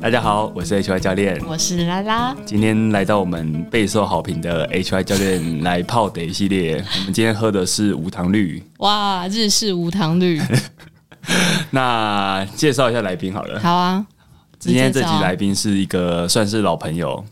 大家好，我是 HY 教练，我是拉拉。今天来到我们备受好评的 HY 教练来泡得系列。我们今天喝的是无糖绿。哇，日式无 糖绿，那介绍一下来宾好了。好啊。今你天这介集绍啊来宾是一个算是老朋友，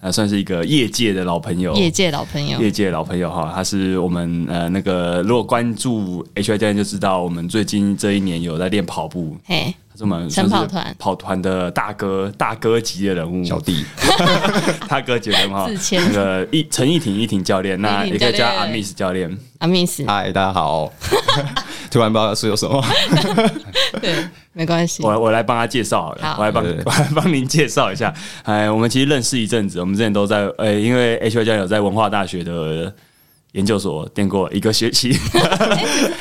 呃，算是一个业界的老朋友，业界老朋友，业界老朋友哈，他是我们呃那个如果关注 HY 教练就知道，我们最近这一年有在练跑步，嘿，他是我们晨算是跑团跑团的大哥大哥级的人物，小弟， 大哥级的人物哈自，谦那个一陈义婷义婷教练，那义也婷可以教练叫阿 miss 教练，阿啊 miss，嗨，大家好。 突然不知道是有什 么，对，没关系。我我来帮他介绍好了，好我来帮对对我来帮您介绍一下。哎，我们其实认识一阵子，我们之前都在呃、因为 H Y 教练有在文化大学的研究所念过一个学期，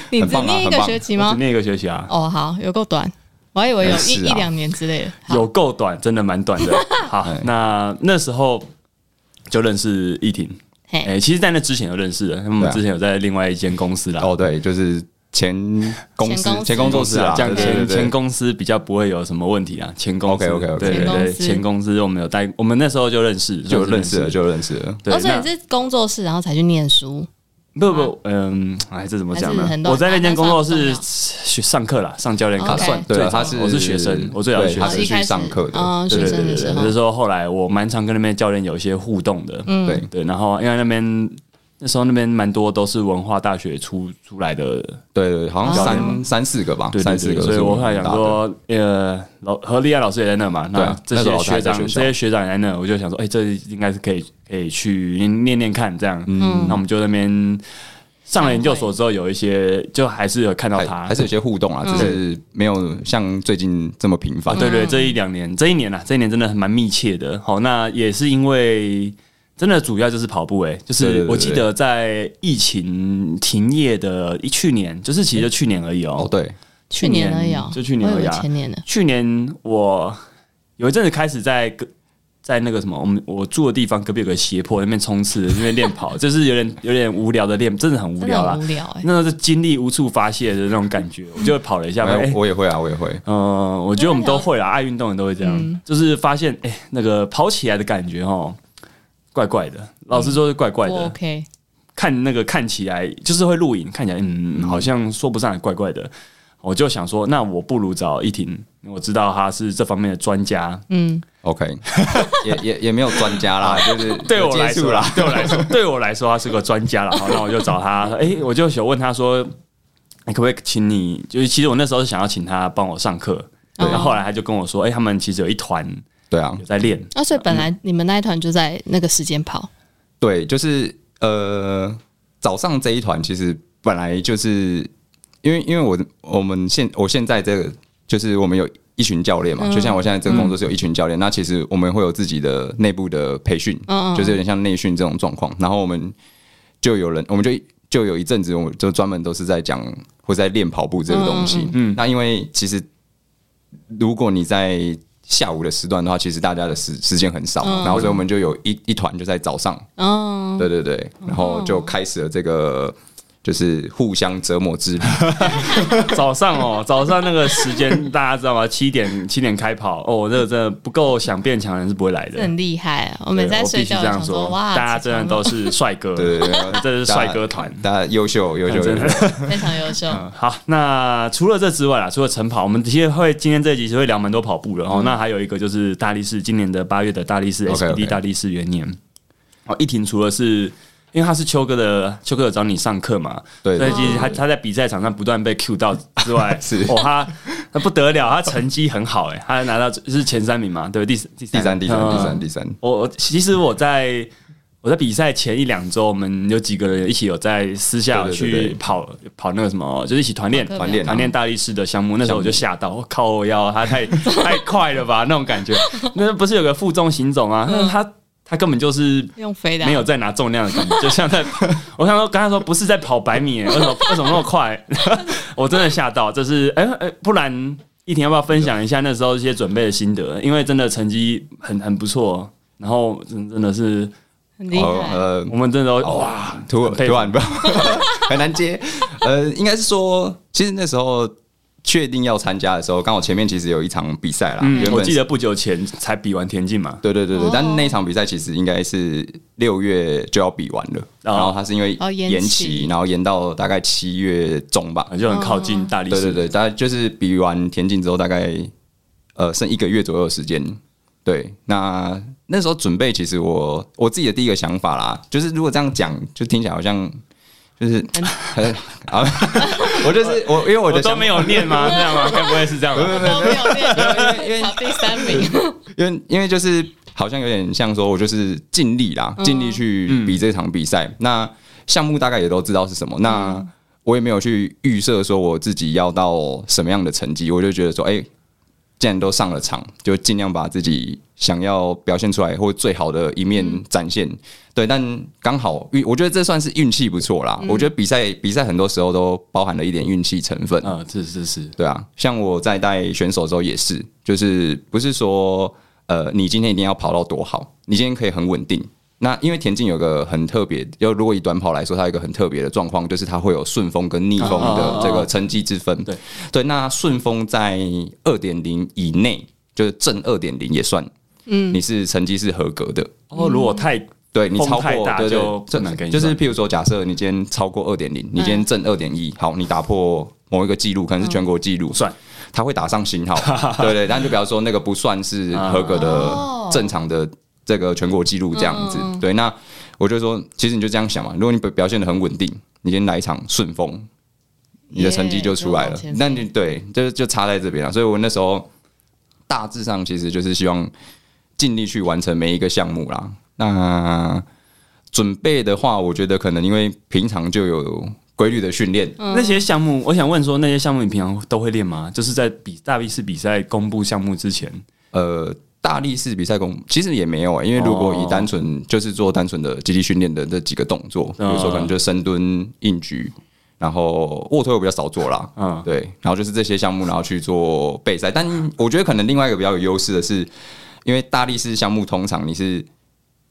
你很只棒啊念一很个棒学 期我只吗？念一个学期啊，哦，好，有够短，我还以为有哎一是啊一两年之类的。好有够短，真的蛮短 的。好哎，那那时候就认识易婷。嘿哎、其实，在那之前就认识了，因为我们对啊之前有在另外一间公司啦，哦，对，就是前公司前公司前工作是室啊啊，，这样对前对对前公司比较不会有什么问题啊。前公司 OK，OK，OK 对对前对，公司前公司我们有带，我们那时候就认识，就认识了，就认识了。对。哦，所以那你是工作室，然后才去念书。不不，嗯，哎，这怎么讲还是呢很？多我在那间工作室打算去上课啦，上教练课 OK 算对最啊，早他是我是学生，我最早对是学他哦生是一。开去始上课的，哦，对学对生对的对时对，候嗯就是，说后来我蛮常跟那边教练有一些互动的，对，对，然后因为那边那时候那边蛮多都是文化大学出出来的，对对，好像哦三三四个吧对，对三四对，个。所以我后来想，说，呃，老何利亚老师也在那嘛，对那啊这那时些候老师还学在长学这校些学长也在那，我就想说，哎，这应该是可以可以去念念看这样，嗯那我们就那边上了研究所之后，有一些就还是有看到还他，还是有些互动啊，只是没有像最近这么频嗯啊，繁。对对，这一两年，这一年啊，这一年真的蛮密切的。好，那也是因为真的主要就是跑步、欸，就对对是对我记得在疫情停业的一去年，就是其实就去年而已哦、哦，对，去年而已哦，就去年我以而已为啊前年呢。去年我有一阵子开始在隔在那个什么，我们我住的地方隔壁有个斜坡，那边冲刺，那边练跑，就是有点有点无聊的练，真的很无真聊的很啦无。聊哎。那时候是精力无处发泄的那种感觉，我就跑了一下，哎哎，我也会啊，我也会。嗯，我觉得我们都会哦啦，爱运动的都会这样，嗯就是发现哎、那个跑起来的感觉哦，怪怪的。老实说是怪怪不的，哦 OK，看那个看起来就是会录影，看起来嗯，好像说不上来怪怪的。我就想说，那我不如找一婷，我知道她是这方面的专家。嗯， OK，也 也也没有专家啦，就是啊对我有来接触说啦，，对我来说， 对我来说，她是个专家了。好，那我就找她。哎、我就想问她说，你可不可以请你？就是其实我那时候是想要请她帮我上课，哦对然后后来她就跟我说，哎、他们其实有一团对啊，有在练。 啊，所以嗯本来你们那一团就在那个时间跑，对，就是呃，早上这一团其实本来就是因为因为我我们现我现在这个就是我们有一群教练嘛，就像我现在这个工作室有一群教练，那其实我们会有自己的内部的培训，嗯嗯就是有点像内训这种状况，然后我们就有人我们就。就有一阵子，我们就专门都是在讲或在练跑步这个东西。嗯，那因为其实如果你在下午的时段的话，其实大家的时时间很少，然后所以我们就有一一团就在早上，嗯，对对对，然后就开始了这个就是互相折 磨之旅。早上哦，早上那个时间大家知道吗？七点七点开跑哦，这个真的不够想变强的人是不会来这的。很厉害啊。我对们在我必睡须觉这的时样候说，说，哇，大家起真的床都是帅哥，对对对，这是帅哥团。大家优秀优秀真优的秀，了非常优秀， 好，那除了这之外啦，除了晨跑，我们其实会今天这一集是会聊蛮多跑步的哦。那还有一个就是大力士，今年的八月的大力士嗯 OK，OK SPD 大力士元年。哦，一婷除了是。因为他是秋哥的，秋哥有找你上课嘛，对所以对其实他他在比赛场上不断被 Q 到之外， 是哦，他他不得了，他成绩很好哎、他拿到是前三名嘛，对，第第第三第三嗯第三第三，我我其实我在我在比赛前一两周，我们有几个人一起有在私下对对对去对跑跑那个什么，就是一起团练跑课表团练团练大力士的项目。那时候我就吓到，我靠，我腰他 太太快了吧，那种感觉。那不是有个负重行走吗？嗯那他他根本就是。用飞的啊没有在拿重量的感觉，就像在，我想说，刚才说不是在跑百米耶，为什么为什么那么快？ 我真的吓到，这是哎哎、不然一婷要不要分享一下那时候一些准备的心得？因为真的成绩很很不错，然后真真的是很厉哦害，呃，我们真的都哇，突很佩 突服然不很难接，呃，应该是说，其实那时候。确定要参加的时候，刚好前面其实有一场比赛啦，嗯原，我本记是得不久前才比完田径嘛，对对对对，哦但那一场比赛其实应该是六月就要比完了，然后它是因为哦延延期期，然后延到大概七月中吧。就很靠近大力对士。哦对对，大概就是比完田径之后，大概呃剩一个月左右的时间。对，那那时候准备，其实我我自己的第一个想法啦，就是如果这样讲，就听起来好像就是很 啊，我就是我，因为我我的都想没有念吗？这样吗？该不会是这样吧？都没有练，因为考第三名，因为因为就是好像有点像说，我就是尽力啦，尽力去比这场比赛。那项目大概也都知道是什么，那我也没有去预设说我自己要到什么样的成绩，我就觉得说，哎、既然都上了场，就尽量把自己想要表现出来或最好的一面展现。对，但刚好运，我觉得这算是运气不错啦。我觉得比赛比赛很多时候都包含了一点运气成分。嗯，是是是，对啊，像我在带选手的时候也是，就是不是说呃，你今天一定要跑到多好，你今天可以很稳定。那因为田径有个很特别，要如果以短跑来说，它有一个很特别的状况，就是它会有顺风跟逆风的这个成绩之分。对对，那顺风在二点零以内，就是正二点零也算，嗯，你是成绩是合格的。哦，如果太对你风超太过大对对就不这能给你就是算譬如说，假设你今天超过二点零，你今天正二点一，好，你打破某一个记录，可能是全国纪录，嗯算，他会打上星号， 对对，但就比方说那个不算是合格哦的正常的这个全国纪录这样子嗯嗯，对，那我就说，其实你就这样想嘛，如果你表表现的很稳定，你今天来一场顺风，你的成绩就出来耶了就往前。走那你对，就就差在这边了。啊所以我那时候大致上其实就是希望尽力去完成每一个项目啦。那准备的话，我觉得可能因为平常就有规律的训练，嗯那些项目，我想问说，那些项目你平常都会练吗？就是在比大力士比赛公布项目之前，呃，大力士比赛功其实也没有啊、因为如果以单纯、就是做单纯的基地训练的这几个动作，比嗯如说可能就深蹲、硬举，然后卧推我比较少做啦，嗯嗯，对，然后就是这些项目，然后去做备赛。但我觉得可能另外一个比较有优势的是，因为大力士项目通常你是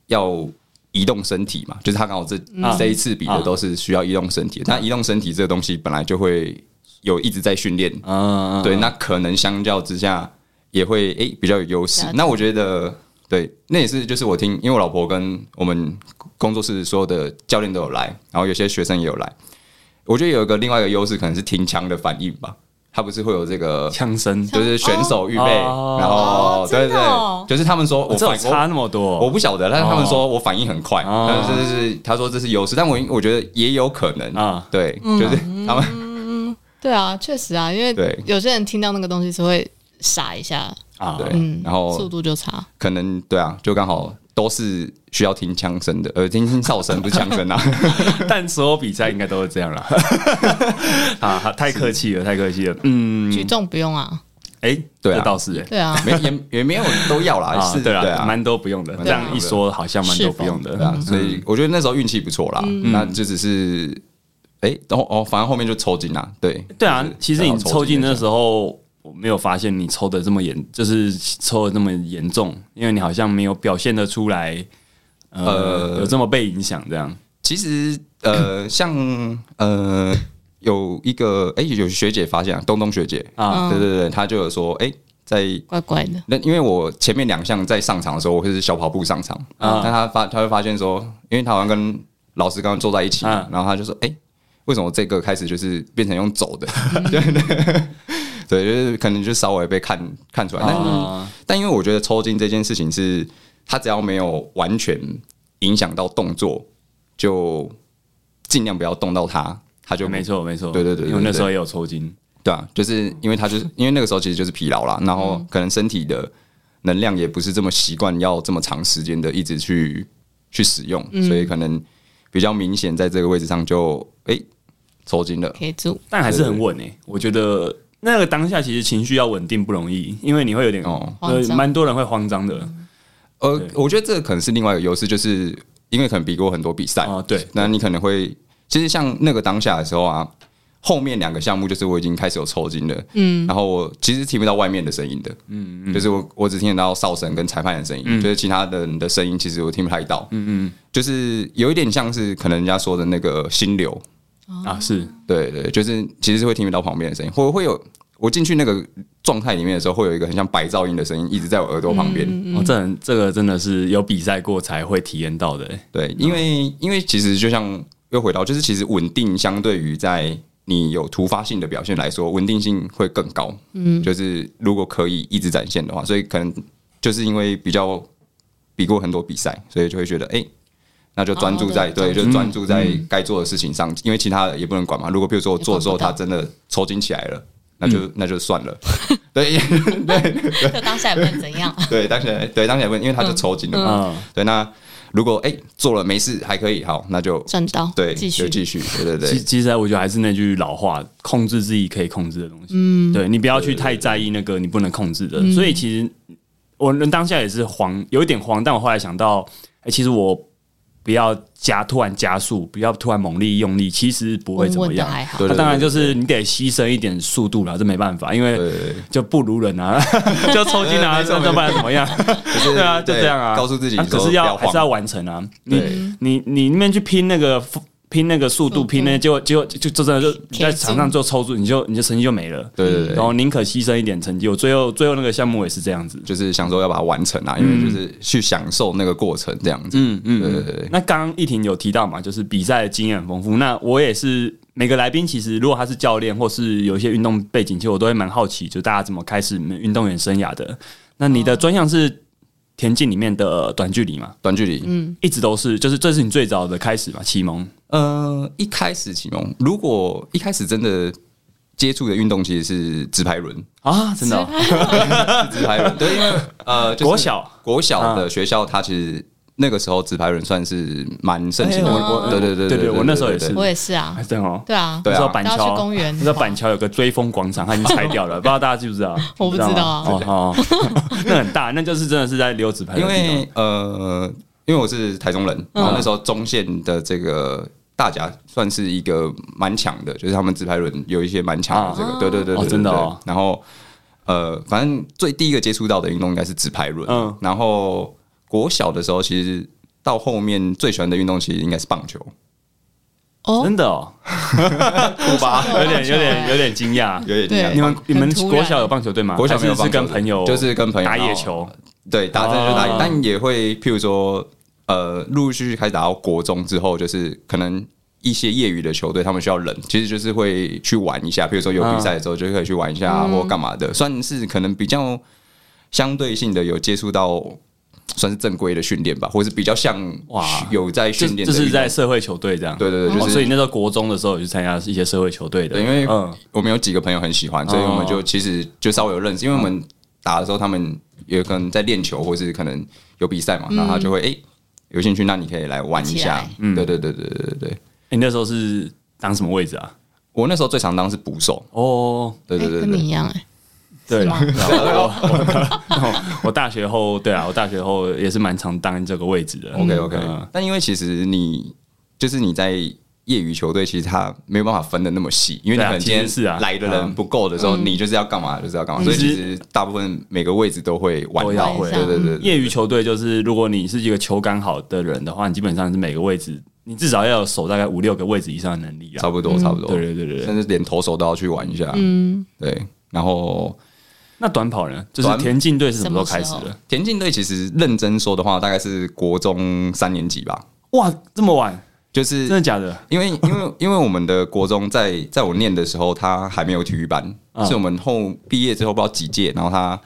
要。移动身体嘛，就是他刚好这、这一次比的都是需要移动身体的，但移动身体这个东西本来就会有一直在训练，嗯，对，那可能相较之下也会诶、比较有优势了解。那我觉得对，那也是就是我听，因为我老婆跟我们工作室所有的教练都有来，然后有些学生也有来。我觉得有一个另外一个优势可能是听枪的反应吧，他不是会有这个。枪声，就是选手预备，哦然后、哦对对真的哦对，就是他们说我这有反差那么多，我我不晓得，但是他们说我反应很快，哦但是这是他说这是优势，但我我觉得也有可能啊啊，对，嗯就是他们对啊，确实啊，因为对有些人听到那个东西是会傻一下，啊，对嗯，然后速度就差，可能对啊，就刚好都是需要听枪声的，呃，听听哨声不是枪 声啊。但所有比赛应该都是这样啦。 啊，好太客气了，太客气了。嗯，举重不用啊，哎，对啊这倒是哎，对啊，没也也没有都要啦，啊是，对对啦，啊，蛮多不用的。蛮多这样一说，好像蛮嗯多不用对的。啊，所以我觉得那时候运气不错啦，那就只是哎，然后哦，反正后面就抽筋啦，对，对啊就是，其实你抽筋的候，时候，我没有发现你抽的这么严，就是抽的这么严重，因为你好像没有表现的出来，呃，呃有这么被影响这样。其实 呃，像呃有一个哎有学姐发现啊，东东学姐啊啊，对对对，她就有说哎在怪怪的，那因为我前面两项在上场的时候，我会是小跑步上场，啊但他发他会发现说，因为他好像跟老师刚刚坐在一起嘛，啊然后他就说，哎、为什么这个开始就是变成用走的？ 对对对，就是可能就稍微被看看出来，但、啊，但因为我觉得抽筋这件事情是，他只要没有完全影响到动作，就尽量不要动到它，他就没错没错，对对对对因为那对时候也有抽筋。对啊，就是因为他就是因为那个时候其实就是疲劳啦，然后可能身体的能量也不是这么习惯要这么长时间的一直去去使用，所以可能比较明显在这个位置上就哎、诶抽筋了。可以住，但还是很稳诶、欸我觉得那个当下其实情绪要稳定不容易，因为你会有点，哦呃慌，张蛮多人会慌张的呃对，我觉得这个可能是另外一个优势，就是因为可能比过很多比赛，啊。对，那你可能会其实像那个当下的时候啊。后面两个项目就是我已经开始有抽筋了，嗯，然后我其实听不到外面的声音的，嗯嗯，就是我我只听得到哨声跟裁判的声音，就是其他的人的声音其实我听不太到，嗯嗯，就是有一点像是可能人家说的那个心流，啊，是哦对对，就是其实是会听不到旁边的声音，或会有我进去那个状态里面的时候，会有一个很像白噪音的声音一直在我耳朵旁边。嗯哦，这很这个真的是有比赛过才会体验到的、欸。对，因为因为其实就像又回到，就是其实稳定相对于在你有突发性的表现来说，稳定性会更高。嗯，就是如果可以一直展现的话，所以可能就是因为比较比过很多比赛，所以就会觉得哎、诶那就专注在、哦对，对就专注在该做的事情上，因为其他的也不能管嘛。如果比如说我做的时候，也管他不真的抽筋起来了，那就、那就算了。 对就当下也不能怎样，对，当然对当然也问，因为他就抽筋了嘛。嗯，对，那如果哎、做了没事还可以，好，那就赚到，对，继就续，继续，对对其对，其实我觉得还是那句老话，控制自己可以控制的东西。嗯，对你不要去太在意那个你不能控制的。所以其实我当下也是慌，有一点慌，但我后来想到，哎、其实我不要加突然加速，不要突然猛力用力，其实不会稳怎么稳的样。还好对，那当然就是你得牺牲一点速度了，这没办法，因为对对就不如人啊， 就抽筋啊，没错这这不然怎么样？是对啊，就这样啊，告诉自己啊说可不是要要还晃是要完成啊。你对你你那边去拼那个拼那个速度，拼那结果结果就就真的就铁在场上做抽搐，你就你就成绩就没了。对对对然后宁可牺牲一点成绩，我最后最后那个项目也是这样子。就是想说要把它完成啊，因嗯为就是去享受那个过程这样子。嗯嗯，对对对，那刚刚一婷有提到嘛，就是比赛的经验很丰富。那我也是每个来宾，其实如果他是教练或是有一些运动背景，其实我都会蛮好奇，就大家怎么开始你们运动员生涯的。那你的专项是田径里面的呃短距离嘛？短距离，嗯，一直都是，就是这是你最早的开始嘛，启蒙。呃，一开始启蒙，如果一开始真的接触的运动其实是直排轮，啊，真的哦、直排轮，对，因为呃，就是国小啊国小的学校，它其实那个时候直排轮算是蛮盛行哎的。我我对对对对对，对我那时候也对对是我也是啊还，真哦。对啊，对啊那时候板都要桥去公园那时候板桥有个追风广场，它已经拆掉 了，不知道大家知不知道？我不知道啊你吗哦哦， 那很大，那就是真的是在溜直排的因地方。为呃，因为我是台中人，然后那时候中线的这个大甲算是一个蛮强的，就是他们自拍轮有一些蛮强的这个，对对对哦对，对真的哦。对然后呃，反正最第一个接触到的运动应该是直排轮，嗯嗯，然后国小的时候其实。到后面最喜欢的运动其实应该是棒球，哦，真的哦，酷吧？有点有点有点惊讶。有点对印象你们你们欸很突然国小有棒球队吗？国小还没有是棒是球跟朋友就是跟朋友打然后野球，对，打针就打野，哦但也会譬如说，呃，陆陆续续开始打到国中之后，就是可能一些业余的球队，他们需要人，其实就是会去玩一下，譬如说有比赛的时候就可以去玩一下、嗯或干嘛的，算是可能比较相对性的有接触到。算是正规的训练吧，或是比较像哇有在就训练就的运动，是在社会球队这样。对对对就哦是所以那时候国中的时候有去参加一些社会球队的，对，因为嗯，我们有几个朋友很喜欢，哦所以我们就其实就稍微有认识，因为我们打的时候，他们也可能在练球，或是可能有比赛嘛，嗯然后他就会哎、诶有兴趣，那你可以来玩一一起下来。嗯，对对对对对对对。你那时候是当什么位置啊？我那时候最常当是捕手，哦，对对哎对跟对你一样哎，对是啦吗对啊我我大学后，对啊，我大学后也是蛮常当这个位置的。 OK OK，、嗯但因为其实你就是你在业余球队，其实他没有办法分的那么细，因为你对啊可能今天其实是啊嗯来的人不够的时候，你就是要干嘛就是要干嘛，所以其实大部分每个位置都会玩都到要会嗯对对对对业余球队就是，如果你是一个球感好的人的话，你基本上是每个位置，你至少要有守大概五六个位置以上的能力啊差。不多差不多。对对对对对。甚至连投手都要去玩一下。嗯，对，然后那短跑呢？就是短田径队是什么时候什开么时始候的？田径队其实认真说的话，大概是国中三年级吧，哇，这么晚，就真的是。假的？因为因为因为我们的国中在在我念的时候，他还没有体育班，嗯是我们后毕业之后不知道几届，然后他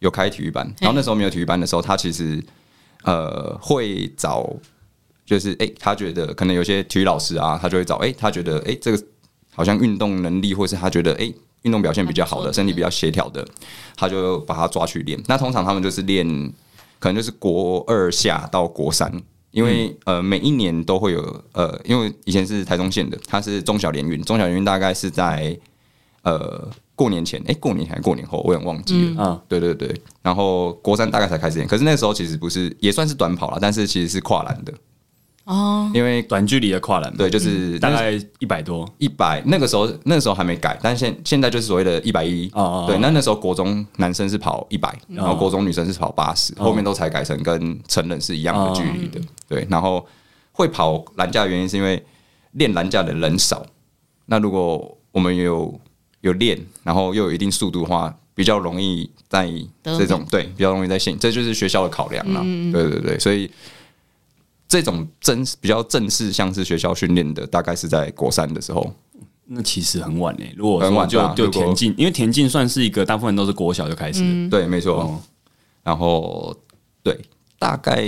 有开体育班，然后那时候没有体育班的时候，他其实呃会找，就是诶，他觉得可能有些体育老师啊，他就会找诶，他觉得诶这个好像运动能力，或是他觉得诶运动表现比较好还不的，错身体比较协调的，他就把他抓去练。那通常他们就是练，可能就是国二下到国三，因为、嗯呃每一年都会有呃，因为以前是台中县的，它是中小联运，中小联运大概是在呃过年前，哎、过年前还是过年后，我有点忘嗯记了。啊，对对对，然后国三大概才开始练，可是那时候其实不是也算是短跑了，但是其实是跨栏的，哦，因为短距离的跨栏嘛，对就是嗯大概一百多。一百那个时候那个时候还没改，但现现在就是所谓的一百一哦哦嗯对，那那时候国中男生是跑一百，然后国中女生是跑八哦十，后面都才改成跟成人是一样的距离的。对，然后会跑栏架的原因是因为练栏架的人少，那如果我们有有练，然后又有一定速度的话，比较容易在得这种名对比较容易在现，这就是学校的考量啦。对对对，所以这种正比较正式像是学校训练的，大概是在国三的时候。那其实很晚嘞。如果很说晚就吧就如果田径，因为田径算是一个大部分都是国小就开始嗯的。对，没错。哦然后对，大概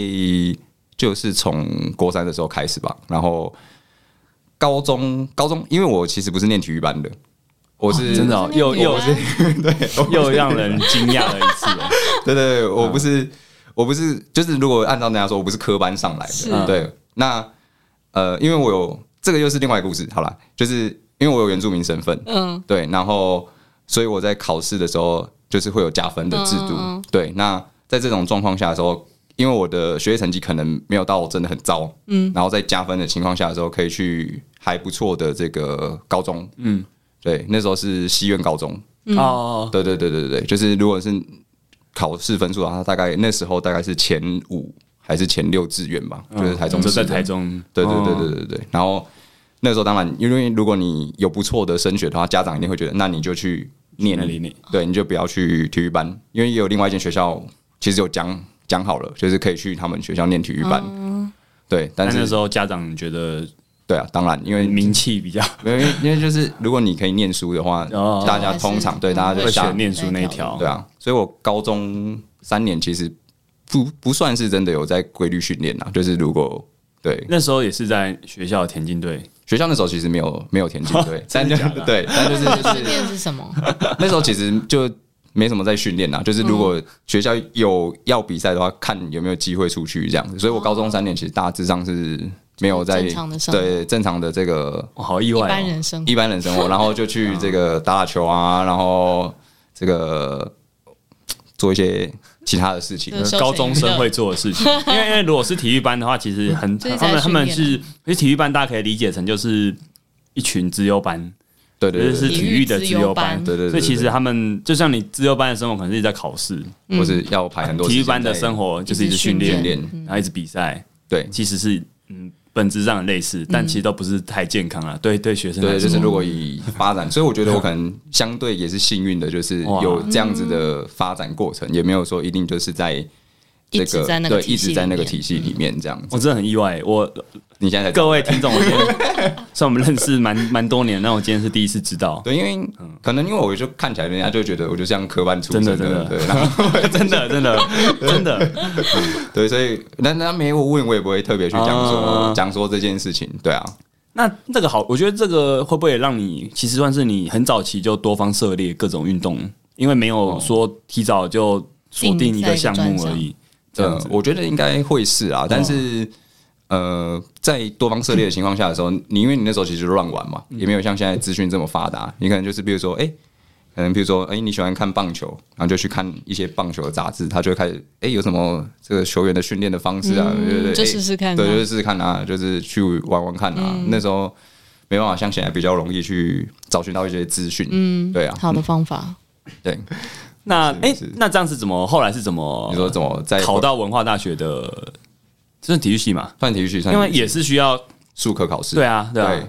就是从国三的时候开始吧。然后高中，高中，因为我其实不是念体育班的，我是、真的哦那又有又啊 又让人惊讶了一次哦。 对对对，我不是，我不是，就是如果按照那样说，我不是科班上来是的。对，那呃，因为我有这个又是另外一个故事，好啦，就是因为我有原住民身份，嗯，对，然后所以我在考试的时候就是会有加分的制度。嗯对，那在这种状况下的时候，因为我的学业成绩可能没有到真的很糟，嗯，然后在加分的情况下的时候，可以去还不错的这个高中，嗯，对，那时候是西苑高中，嗯哦，对对对对对，就是如果是考试分数的啊话，大概那时候大概是前五还是前六志愿吧，就是台中就市嗯在的台中。对对对哦对对对对。然后那时候当然，因为如果你有不错的升学的话，家长一定会觉得，那你就去念那里念，对，你就不要去体育班，因为也有另外一间学校其实有讲讲好了，就是可以去他们学校念体育班。对，但但是那时候家长觉得对啊，当然，因为名气比较没有因为因为就是如果你可以念书的话，哦大家通常对大家就会下选念书那一条。对啊，所以我高中三年其实不不算是真的有在规律训练啦，就是如果对那时候也是在学校的田径队，学校那时候其实没有没有田 径队，但就真的假的啊对，但就是这训练是什么？那时候其实就没什么在训练啦，就是如嗯果学校有要比赛的话，看有没有机会出去这样子。所以我高中三年其实大致上是没有在正常的上对正常的这个哦好意一外哦。般人生活一般人生活，然后就去这个打打球啊，然后这个做一些其他的事情。就是休闲高中生会做的事 情，因为因为如果是体育班的话，其实很就是在他们他们训啊是，因为体育班大家可以理解成就是一群资优班，对就对对是对体育的资优体育资优班对对对所以其对实他们就像你资优班的生活，可能是在考试；嗯对，或是要排很多体育班的生活。活就是一直训一直练训练，然后一直比赛，对其实是嗯本质上很类似，但其实都不是太健康了。对对，学生来嗯对，说就是如果以发展，所以我觉得我可能相对也是幸运的，就是嗯哇有这样子的发展过程，也没有说一定就是在这一直在那个对体系一直在那个里面体系里面这样子。我真的很意外，我你现在才知道各位听众，我今天算我们认识蛮蛮多年，那我今天是第一次知道，对，因为可能因为我就看起来人家就觉得我就像科班出身真的真的对，然后真的真的真的，对，所以那那没有问我也不会特别去讲啊说讲说这件事情，对啊，那这个好，我觉得这个会不会也让你其实算是你很早期就多方涉猎各种运动，因为没哦有说提早就锁定一个项目而已。这样呃子，，我觉得应该会是哦啊，但是、呃，在多方涉猎的情况下的时候，你因为你那时候其实就乱玩嗯嘛，也没有像现在资讯这么发达，你可能就是比如说，哎、可能比如说，哎、你喜欢看棒球，然后就去看一些棒球的杂志，他就会开始，哎、有什么这个球员的训练的方式啊，对对对，就诶试试看啊嗯对，就试试看啊，就是去玩玩看啊。那时候没办法像现在比较容易去找寻到一些资讯，嗯，对啊，好的方法，对，那哎、是那这样是怎么？后来是怎么？你说怎么在考到文化大学的？这是体育系嘛？算体育系，算因为体育系也是需要术科考试，对啊，对啊。对，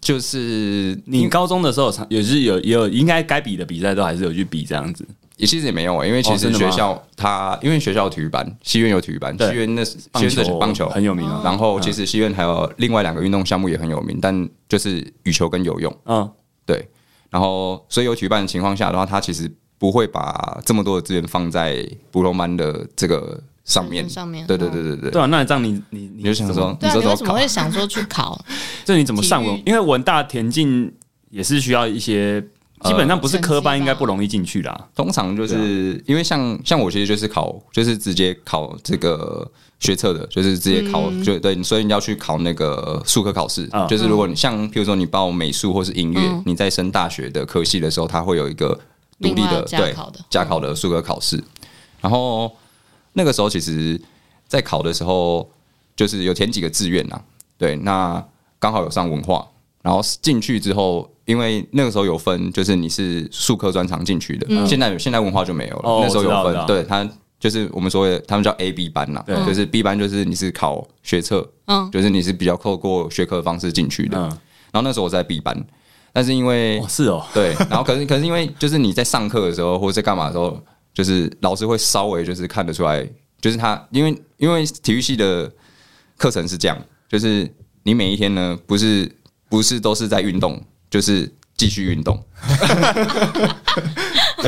就是你高中的时候常也是有也有应该该比的比赛都还是有去比这样子，也其实也没有、欸，因为其哦真实的吗学校它、因为学校有体育班，西苑有体育班，对西苑那是棒西苑球的棒球很有名啊。然后其实西苑还有另外两个运动项目也很有名，但就是羽球跟游泳。嗯，对，然后所以有体育班的情况下的话，它其实不会把这么多的资源放在普通班的这个上面。上面嗯对对对对对。对啊，那这样你你你你就想怎么说，对啊，说你为怎什么考会想说去考？这你怎么上体文育？因为文大田径也是需要一些，基本上不是科班，成绩吧应该不容易进去啦。通常就是、因为像像我其实就是考，就是直接考这个学测的，就是直接考、嗯就对，所以你要去考那个术科考试。啊就是如果你像譬如说你报美术或是音乐，嗯你在升大学的科系的时候，它会有一个独立另外的有加对考的加考的术科考试。然后那个时候其实，在考的时候就是有填几个志愿啊，对，那刚好有上文化，然后进去之后，因为那个时候有分，就是你是术科专长进去的，现在现在文化就没有了，哦那时候我有知道分，对他就是我们所谓的他们叫 A B 班啦，就是 B 班就是你是考学测，嗯就是你是比较透过学科的方式进去的，嗯然后那时候我在 B 班，但是因为哦，是 哦，对，然后可是可是因为就是你在上课的时候或者在干嘛的时候，就是老师会稍微就是看得出来，就是他因为因为体育系的课程是这样，就是你每一天呢不是不是都是在运动，就是继续运动，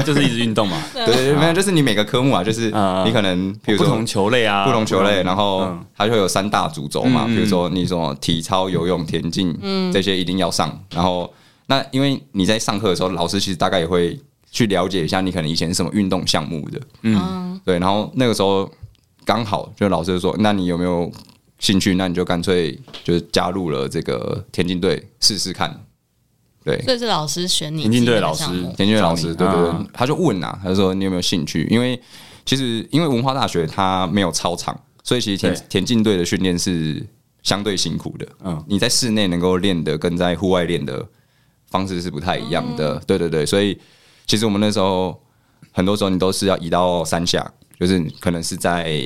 就是一直运动嘛，对，没有就是你每个科目啊，就是啊你可能比如不说同球类啊，不同球类，然后嗯它就会有三大主轴嘛，嗯嗯嗯比如说你什么体操、游泳、田径，这些一定要上。然后那因为你在上课的时候，老师其实大概也会去了解一下你可能以前是什么运动项目的，嗯，对。然后那个时候刚好就老师就说，那你有没有兴趣？那你就干脆就是加入了这个田径队试试看，对。所以是老师选你田径队老自己的项目师田径老师，对对对，嗯他就问啊，他就说你有没有兴趣？因为其实因为文化大学它没有操场，所以其实对田田径队的训练是相对辛苦的。嗯嗯，你在室内能够练的跟在户外练的方式是不太一样的。嗯对对对，所以其实我们那时候很多时候你都是要移到山下，就是可能是在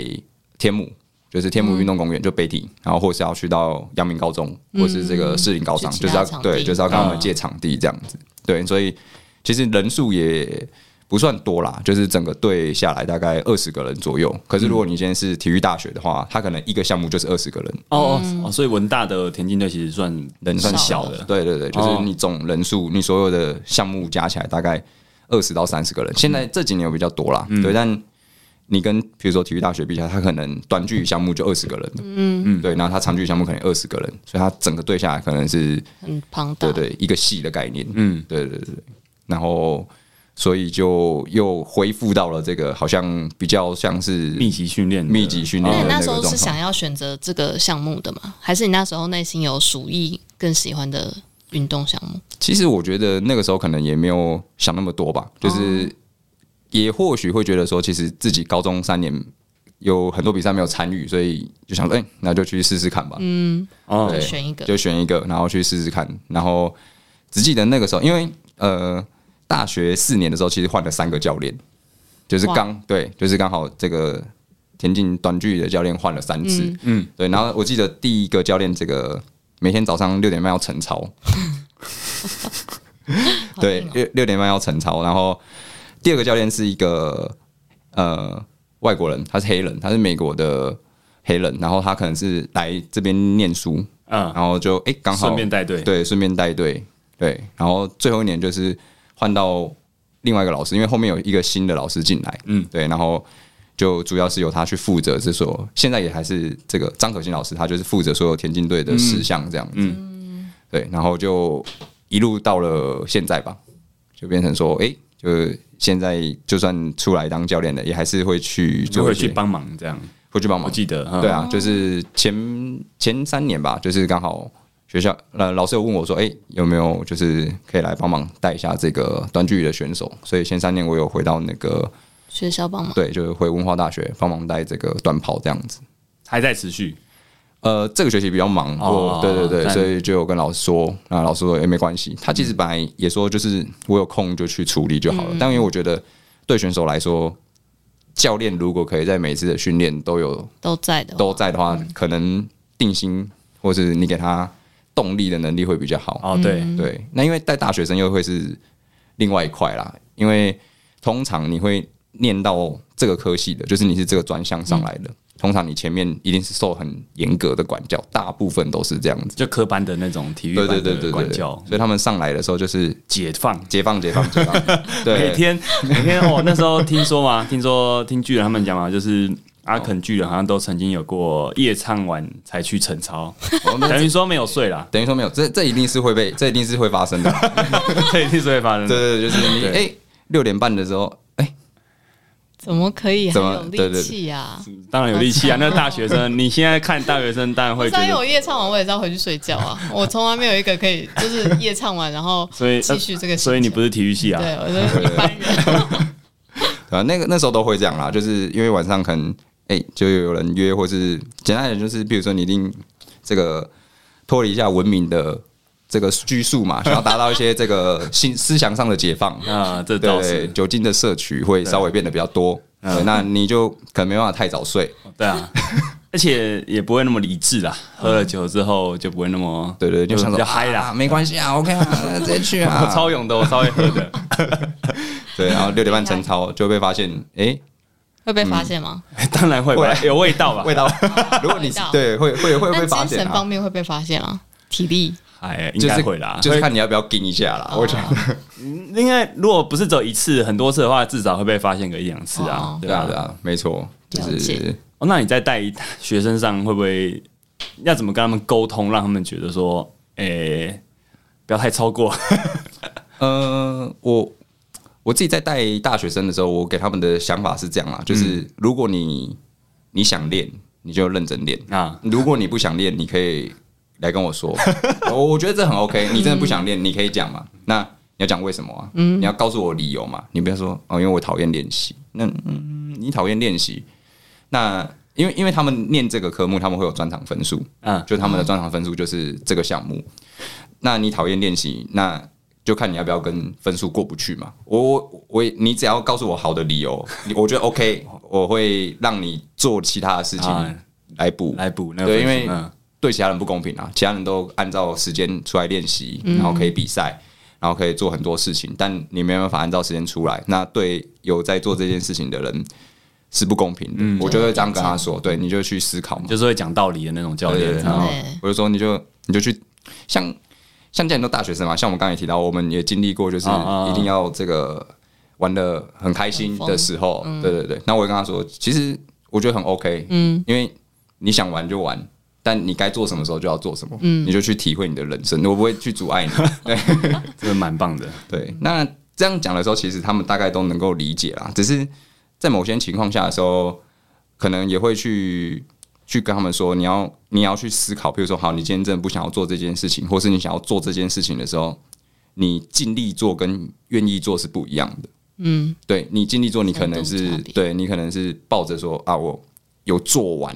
天母。就是天嗯母运动公园，就北体，然后或是要去到阳明高中，或是这个士林高商，嗯去其就是要他场对，地就是要跟他嗯们借场地这样子。对，所以其实人数也不算多啦，就是整个队下来大概二十个人左右。可是如果嗯你今天是体育大学的话，他可能一个项目就是二十个人，哦哦，所以文大的田径队其实算人算小的。的，对对对，就是哦你总人数，你所有的项目加起来大概二十到三十个人。现在这几年有比较多啦，对，但。你跟比如说体育大学比起来，他可能短距离项目就二十个人，嗯嗯，对，然后他长距离项目可能二十个人，所以他整个队下来可能是很嗯庞大，对对，一个系的概念，嗯嗯，对对对对，然后所以就又恢复到了这个好像比较像是密集训练的，密集训那练你的那嗯个时候状是想况。要选择这个项目的吗？还是你那时候内心有属意更喜欢的运动项目？其实我觉得那个时候可能也没有想那么多吧，就是也或许会觉得说，其实自己高中三年。有很多比赛没有参与，所以就想说，哎、那就去试试看吧。哦对，选一个，就选一个，然后去试试看。然后只记得那个时候，因为呃，大学四年的时候，其实换了三个教练，就是哇刚对，就是刚好这个田径短距离的教练换了三次，嗯，对。然后我记得第一个教练这个每天早上六点半要 晨操，好对硬，哦六六点半要晨操。然后第二个教练是一个呃外国人，他是黑人，他是美国的。黑人，然后他可能是来这边念书，嗯，然后就哎刚、好顺便带队，对，顺便带队，对，然后最后一年就是换到另外一个老师，因为后面有一个新的老师进来，嗯嗯，对，然后就主要是由他去负责这所，现在也还是这个张可欣老师，他就是负责所有田径队的事项这样子，嗯对，然后就一路到了现在吧，就变成说，哎、就是现在就算出来当教练的，也还是会去就做会一些去帮忙这样，会去帮我忙，记得，嗯对，啊，就是前前三年吧，就是刚好学校呃老师有问我说，哎、有没有就是可以来帮忙带一下这个短距离的选手？所以前三年我有回到那个学校帮忙，对，就是回文化大学帮忙带这个短跑这样子。还在持续，呃，这个学期比较忙，哦我对对对，但所以就有跟老师说，那老师说也、哎没关系。他其实本来也说，就是我有空就去处理就好了。嗯但因为我觉得对选手来说，教练如果可以在每次的训练都有都在的话，都在的话，可能定心或是你给他动力的能力会比较好。嗯哦，对，对，那因为带大学生又会是另外一块啦，因为通常你会念到这个科系的，就是你是这个专项上来的，通常你前面一定是受很严格的管教，大部分都是这样子。就科班的那种体育对对班对的对管对，教所以他们上来的时候就是解放，解放解放解放，对每 天每天哦，那时候听说嘛，听说听巨人他们讲嘛，就是阿肯巨人好像都曾经有过夜唱完才去晨操，我们等于说没有睡啦，等于说没有，这这一定是会被，这一定是会发生的。这一定是会发生的。 对对对，就是你哎六点半的时候，哎怎么可以还怎么有对力对气啊？当然有力 气啊，那大学生，你现在看大学生，当然会不觉是啊因为得我夜唱完，我也是要回去睡觉 啊。我从来没有一个可以就是夜唱完然后所以呃继续这个行程，所以你不是体育系啊？对， 我就是一般人，啊，那个那时候都会这样啦，就是因为晚上可能哎、就有人约，或是简单一点就是，比如说你一定这个脱离一下文明的这个拘束嘛，想要达到一些这个心 思想上的解放，啊，这倒对是，嗯酒精的 摄取会稍微变得比较多，对，那你就可能没办法太早睡，对啊。而且也不会那么理智啦。喝了酒之后就不会那么嗯对对，就嗯想比说较嗨啊，啦。没关系啊，OK 啊，直接去我啊。超勇的，我超会喝 的。对，然后六点半晨操就被发现，哎，会被发现吗？当然会 吧，有味道吧？味道。 如果你是味道对会会会那会发精现神啊方，面会被发现吗？体力哎，应就该是会啦。就是看你要不要盯一下啦。我觉哦得应该如果不是走一次，很多次的话，至少会被发现个一两次啊哦。对啊对。啊，没错，就了解是哦，那你在带学生上会不会要怎么跟他们沟通，让他们觉得说，诶、不要太超过？ 呃，我我自己在带大学生的时候，我给他们的想法是这样啦，就是如果你你想练，你就认真练啊啊；如果你不想练，你可以来跟我说，我我觉得这很 OK。你真的不想练，你可以讲嘛。那你要讲为什么啊？你要告诉我理由嘛。你不要说哦，因为我讨厌练习。那嗯，你讨厌练习，那因为因为他们念这个科目，他们会有专场分数，嗯就他们的专场分数就是这个项目。那你讨厌练习，那就看你要不要跟分数过不去嘛。我我我也，你只要告诉我好的理由，你我觉得 OK，我会让你做其他的事啊情来补。来补那个对分数因为嗯对其他人不公平啊，其他人都按照时间出来练习，然后可以比赛，然后可以做很多事情，但你没办法按照时间出来，那对有在做这件事情的人是不公平的。我就会这样跟他说，对，你就去思考嘛。就是会讲道理的那种教对对练对，，然然后后对我就说你就你就去像像这样很多大学生嘛，像我们刚才也提到，我们也经历过，就是啊啊啊一定要这个玩的很开心的时候，对对对。那我也跟他说，其实我觉得很 OK，嗯，因为你想玩就玩。但你该做什么时候就要做什么，嗯，你就去体会你的人生，我不会去阻碍你。这个蛮棒的。对，那这样讲的时候，其实他们大概都能够理解啦。只是在某些情况下的时候，可能也会去去跟他们说，你要你要去思考，比如说，好，你今天真的不想要做这件事情，或是你想要做这件事情的时候，你尽力做跟愿意做是不一样的。嗯，对你尽力做，你可程能度是差别对你可能是抱着说啊，我有做完。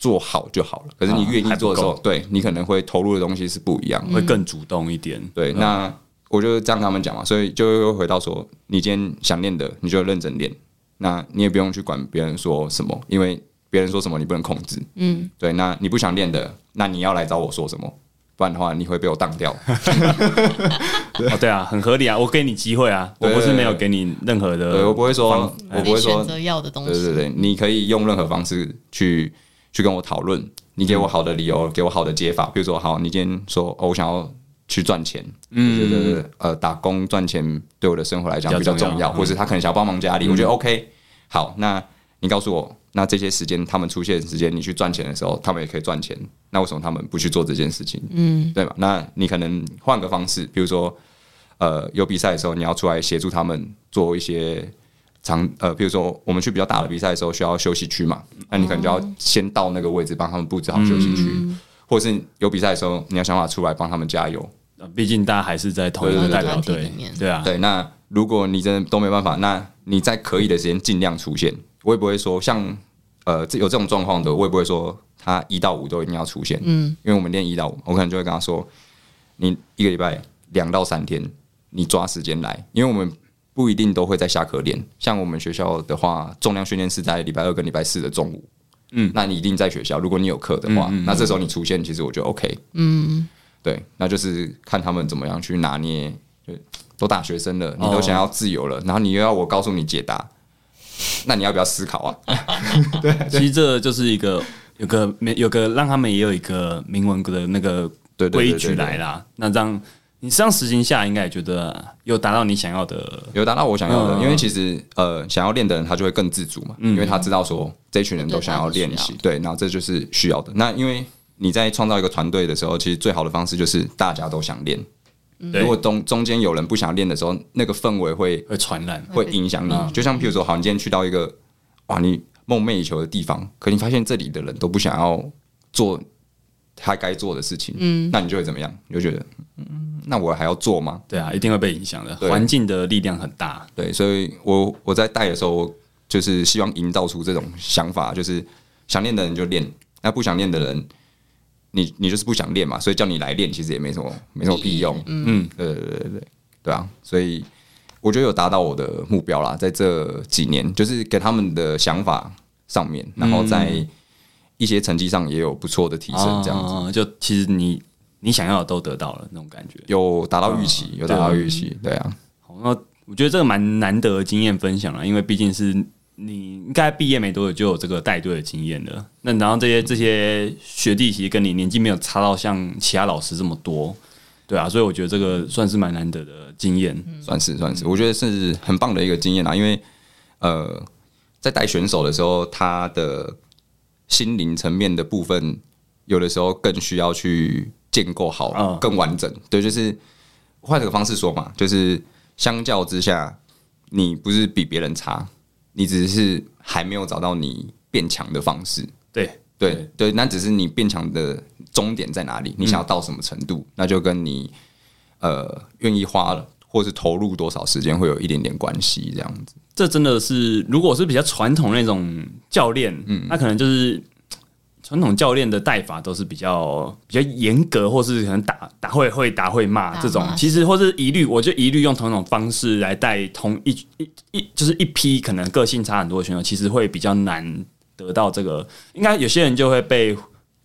做好就好了，可是你啊愿意还不做的时候，够对你可能会投入的东西是不一样的。会更主动一点，嗯对，那我就这样跟他们讲嘛，所以就又回到说，你今天想练的，你就认真练，那你也不用去管别人说什么，因为别人说什么你不能控制。嗯，对，那你不想练的，那你要来找我说什么，不然的话你会被我当掉。 哦，对啊，很合理啊，我给你机会啊，我对不是没有给你任何对我的不会说，我不你会说选，择要的东对西，对对，你可以用任何方式去去跟我讨论，你给我好的理由，给我好的解法，比如说，好，你今天说，哦，我想要。去赚钱，嗯，觉得呃打工赚钱对我的生活来讲比比较较重要重要，嗯或是他可能想要帮忙家里，我觉得 OK。好，那你告诉我，那这些时间他们出现的时间，你去赚钱的时候，他们也可以赚钱，那为什么他们不去做这件事情？嗯，对吧？那你可能换个方式，比如说，呃，有比赛的时候，你要出来协助他们做一些长呃，比如说我们去比较大的比赛的时候，需要休息区嘛，嗯那你可能就要先到那个位置帮他们布置好休息区，嗯或者是有比赛的时候，你要想法出来帮他们加油。呃，毕竟大家还是在同一个对对对代表团体队里面，对啊，对，那如果你真的都没办法，那你在可以的时间尽量出现。我也不会说像呃这有这种状况的，我也不会说他一到五都一定要出现，嗯，因为我们练一到五，我可能就会跟他说，你一个礼拜两到三天，你抓时间来，因为我们。不一定都会在下课练，像我们学校的话，重量训练是在礼拜二跟礼拜四的中午。嗯，那你一定在学校，如果你有课的话，那这时候你出现，其实我觉得 OK。嗯，对，那就是看他们怎么样去拿捏都大学生了，你都想要自由了，然后你又要我告诉你解答，那你要不要思考啊？其实这就是一个有个没有个让他们也有一个明文的那个对对对规对矩对来啦，那让你这样实行下，应该也觉得有达到你想要的有达到我想要的，嗯因为其实呃，想要练的人他就会更自主嘛，因为他知道说这群人都想要练习，对，然后这就是需要的。那因为你在创造一个团队的时候，其实最好的方式就是大家都想练。对如果中中间有人不想练的时候，那个氛围会会传染，会嗯影响你。就像譬如说，好，你今天去到一个哇，你梦寐以求的地方，可你发现这里的人都不想要做他该做的事情，嗯，那你就会怎么样？你就觉得，嗯，那我还要做吗？对啊，一定会被影响的，对环境的力量很大，对，所以我我在带的时候，我就是希望营造出这种想法，就是想练的人就练，那不想练的人，你你就是不想练嘛，所以叫你来练，其实也没什么没什么屁用。嗯，对对对对对，对啊，所以我觉得有达到我的目标嗯啦，在这几年，就是给他们的想法上面，然后在一些成绩上也有不错的提升，这样子、哦就其实你你想要的都得到了那种感觉。有达到预期，有达到对预期，啊对啊，好哦那我觉得这个蛮难得的经验分享啊了，因为毕竟是你应该毕业没多久就有这个带队的经验了。那然后这些这些学弟其实跟你年纪没有差到像其他老师这么多，对啊，所以我觉得这个算是蛮难得的经验。算是算是，我觉得是很棒的一个经验啦。啊因为呃，在带选手的时候，他的心灵层面的部分，有的时候更需要去建构好，嗯更完整。对，就是换个方式说嘛，就是相较之下，你不是比别人差，你只是还没有找到你变强的方式。对对对，那只是你变强的终点在哪里，你想要到什么程度，那就跟你呃愿意花了或是投入多少时间会有一点点关系，这样子。这真的是，如果是比较传统那种教练，嗯，那可能就是传统教练的带法都是比较比较严格，或是可能打打会会打会骂打这种骂，其实或是一律，我就一律用同一种方式来带同一一一就是一批可能个性差很多的选手，其实会比较难得到这个，应该有些人就会被。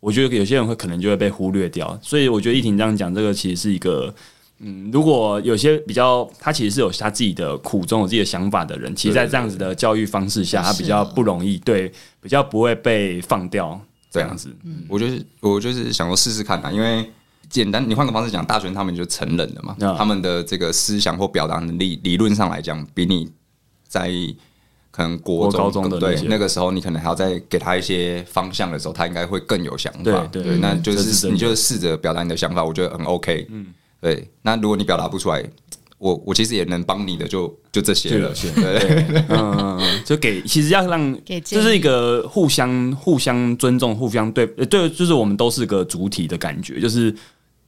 我觉得有些人会可能就会被忽略掉，所以我觉得一婷这样讲，这个其实是一个嗯如果有些比较，他其实是有他自己的苦衷、有自己的想法的人，其实，在这样子的教育方式下，他是比较不容易，对，比较不会被放掉这对啊样子。我就是我就是想说试试看啊，因为简单，你换个方式讲，大学他们就成人了嘛，啊他们的这个思想或表达能力，理论上来讲，比你在可能国中国高中的对那些那个时候，你可能还要再给他一些方向的时候，他应该会更有想法。对对嗯那就这是是真的你就是试着表达你的想法，我觉得很 OK。嗯，对。那如果你表达不出来，我我其实也能帮你的就，就这些了。就对，嗯，就给其实要让，给建这议是一个互相互相尊重、互相对呃对，就是我们都是个主体的感觉，就是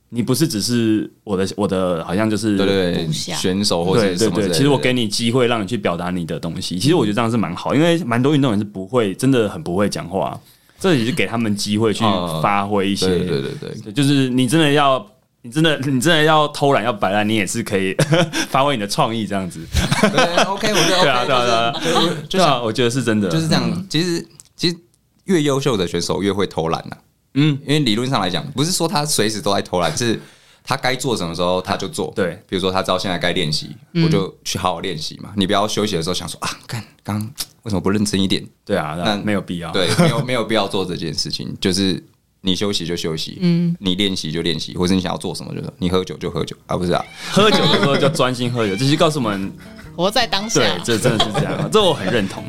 你不是只是我的我的，好像就是对对对，部下选手或对对者什么之类对，的。其实我给你机会让你去表达你的东西，其实我觉得这样是蛮好，因为蛮多运动员是不会，真的很不会讲话，这也是给他们机会去哦发挥一些。对对对对，对就是你真的要，你真的你真的要偷懒要摆烂，你也是可以 发挥你的创意这样子。哦对 OK，我觉得 OK，对啊对啊就是就是对啊，我觉得是真的，就是这样。其实其实越优秀的选手越会偷懒呐、嗯，因为理论上来讲，不是说他随时都在偷懒，是他该做什么时候他就做。对，嗯比如说他知道现在该练习，我就去好好练习嘛。你不要休息的时候想说啊，看刚刚为什么不认真一点？对啊，对啊那没有必要。对，没有没有必要做这件事情，就是。你休息就休息，嗯，你练习就练习，或者你想要做什么就是你喝酒就喝酒啊，不是啊，喝酒的时候就专心喝酒，这是告诉我们，活在当下啊对，。这真的是这样，这我很认同。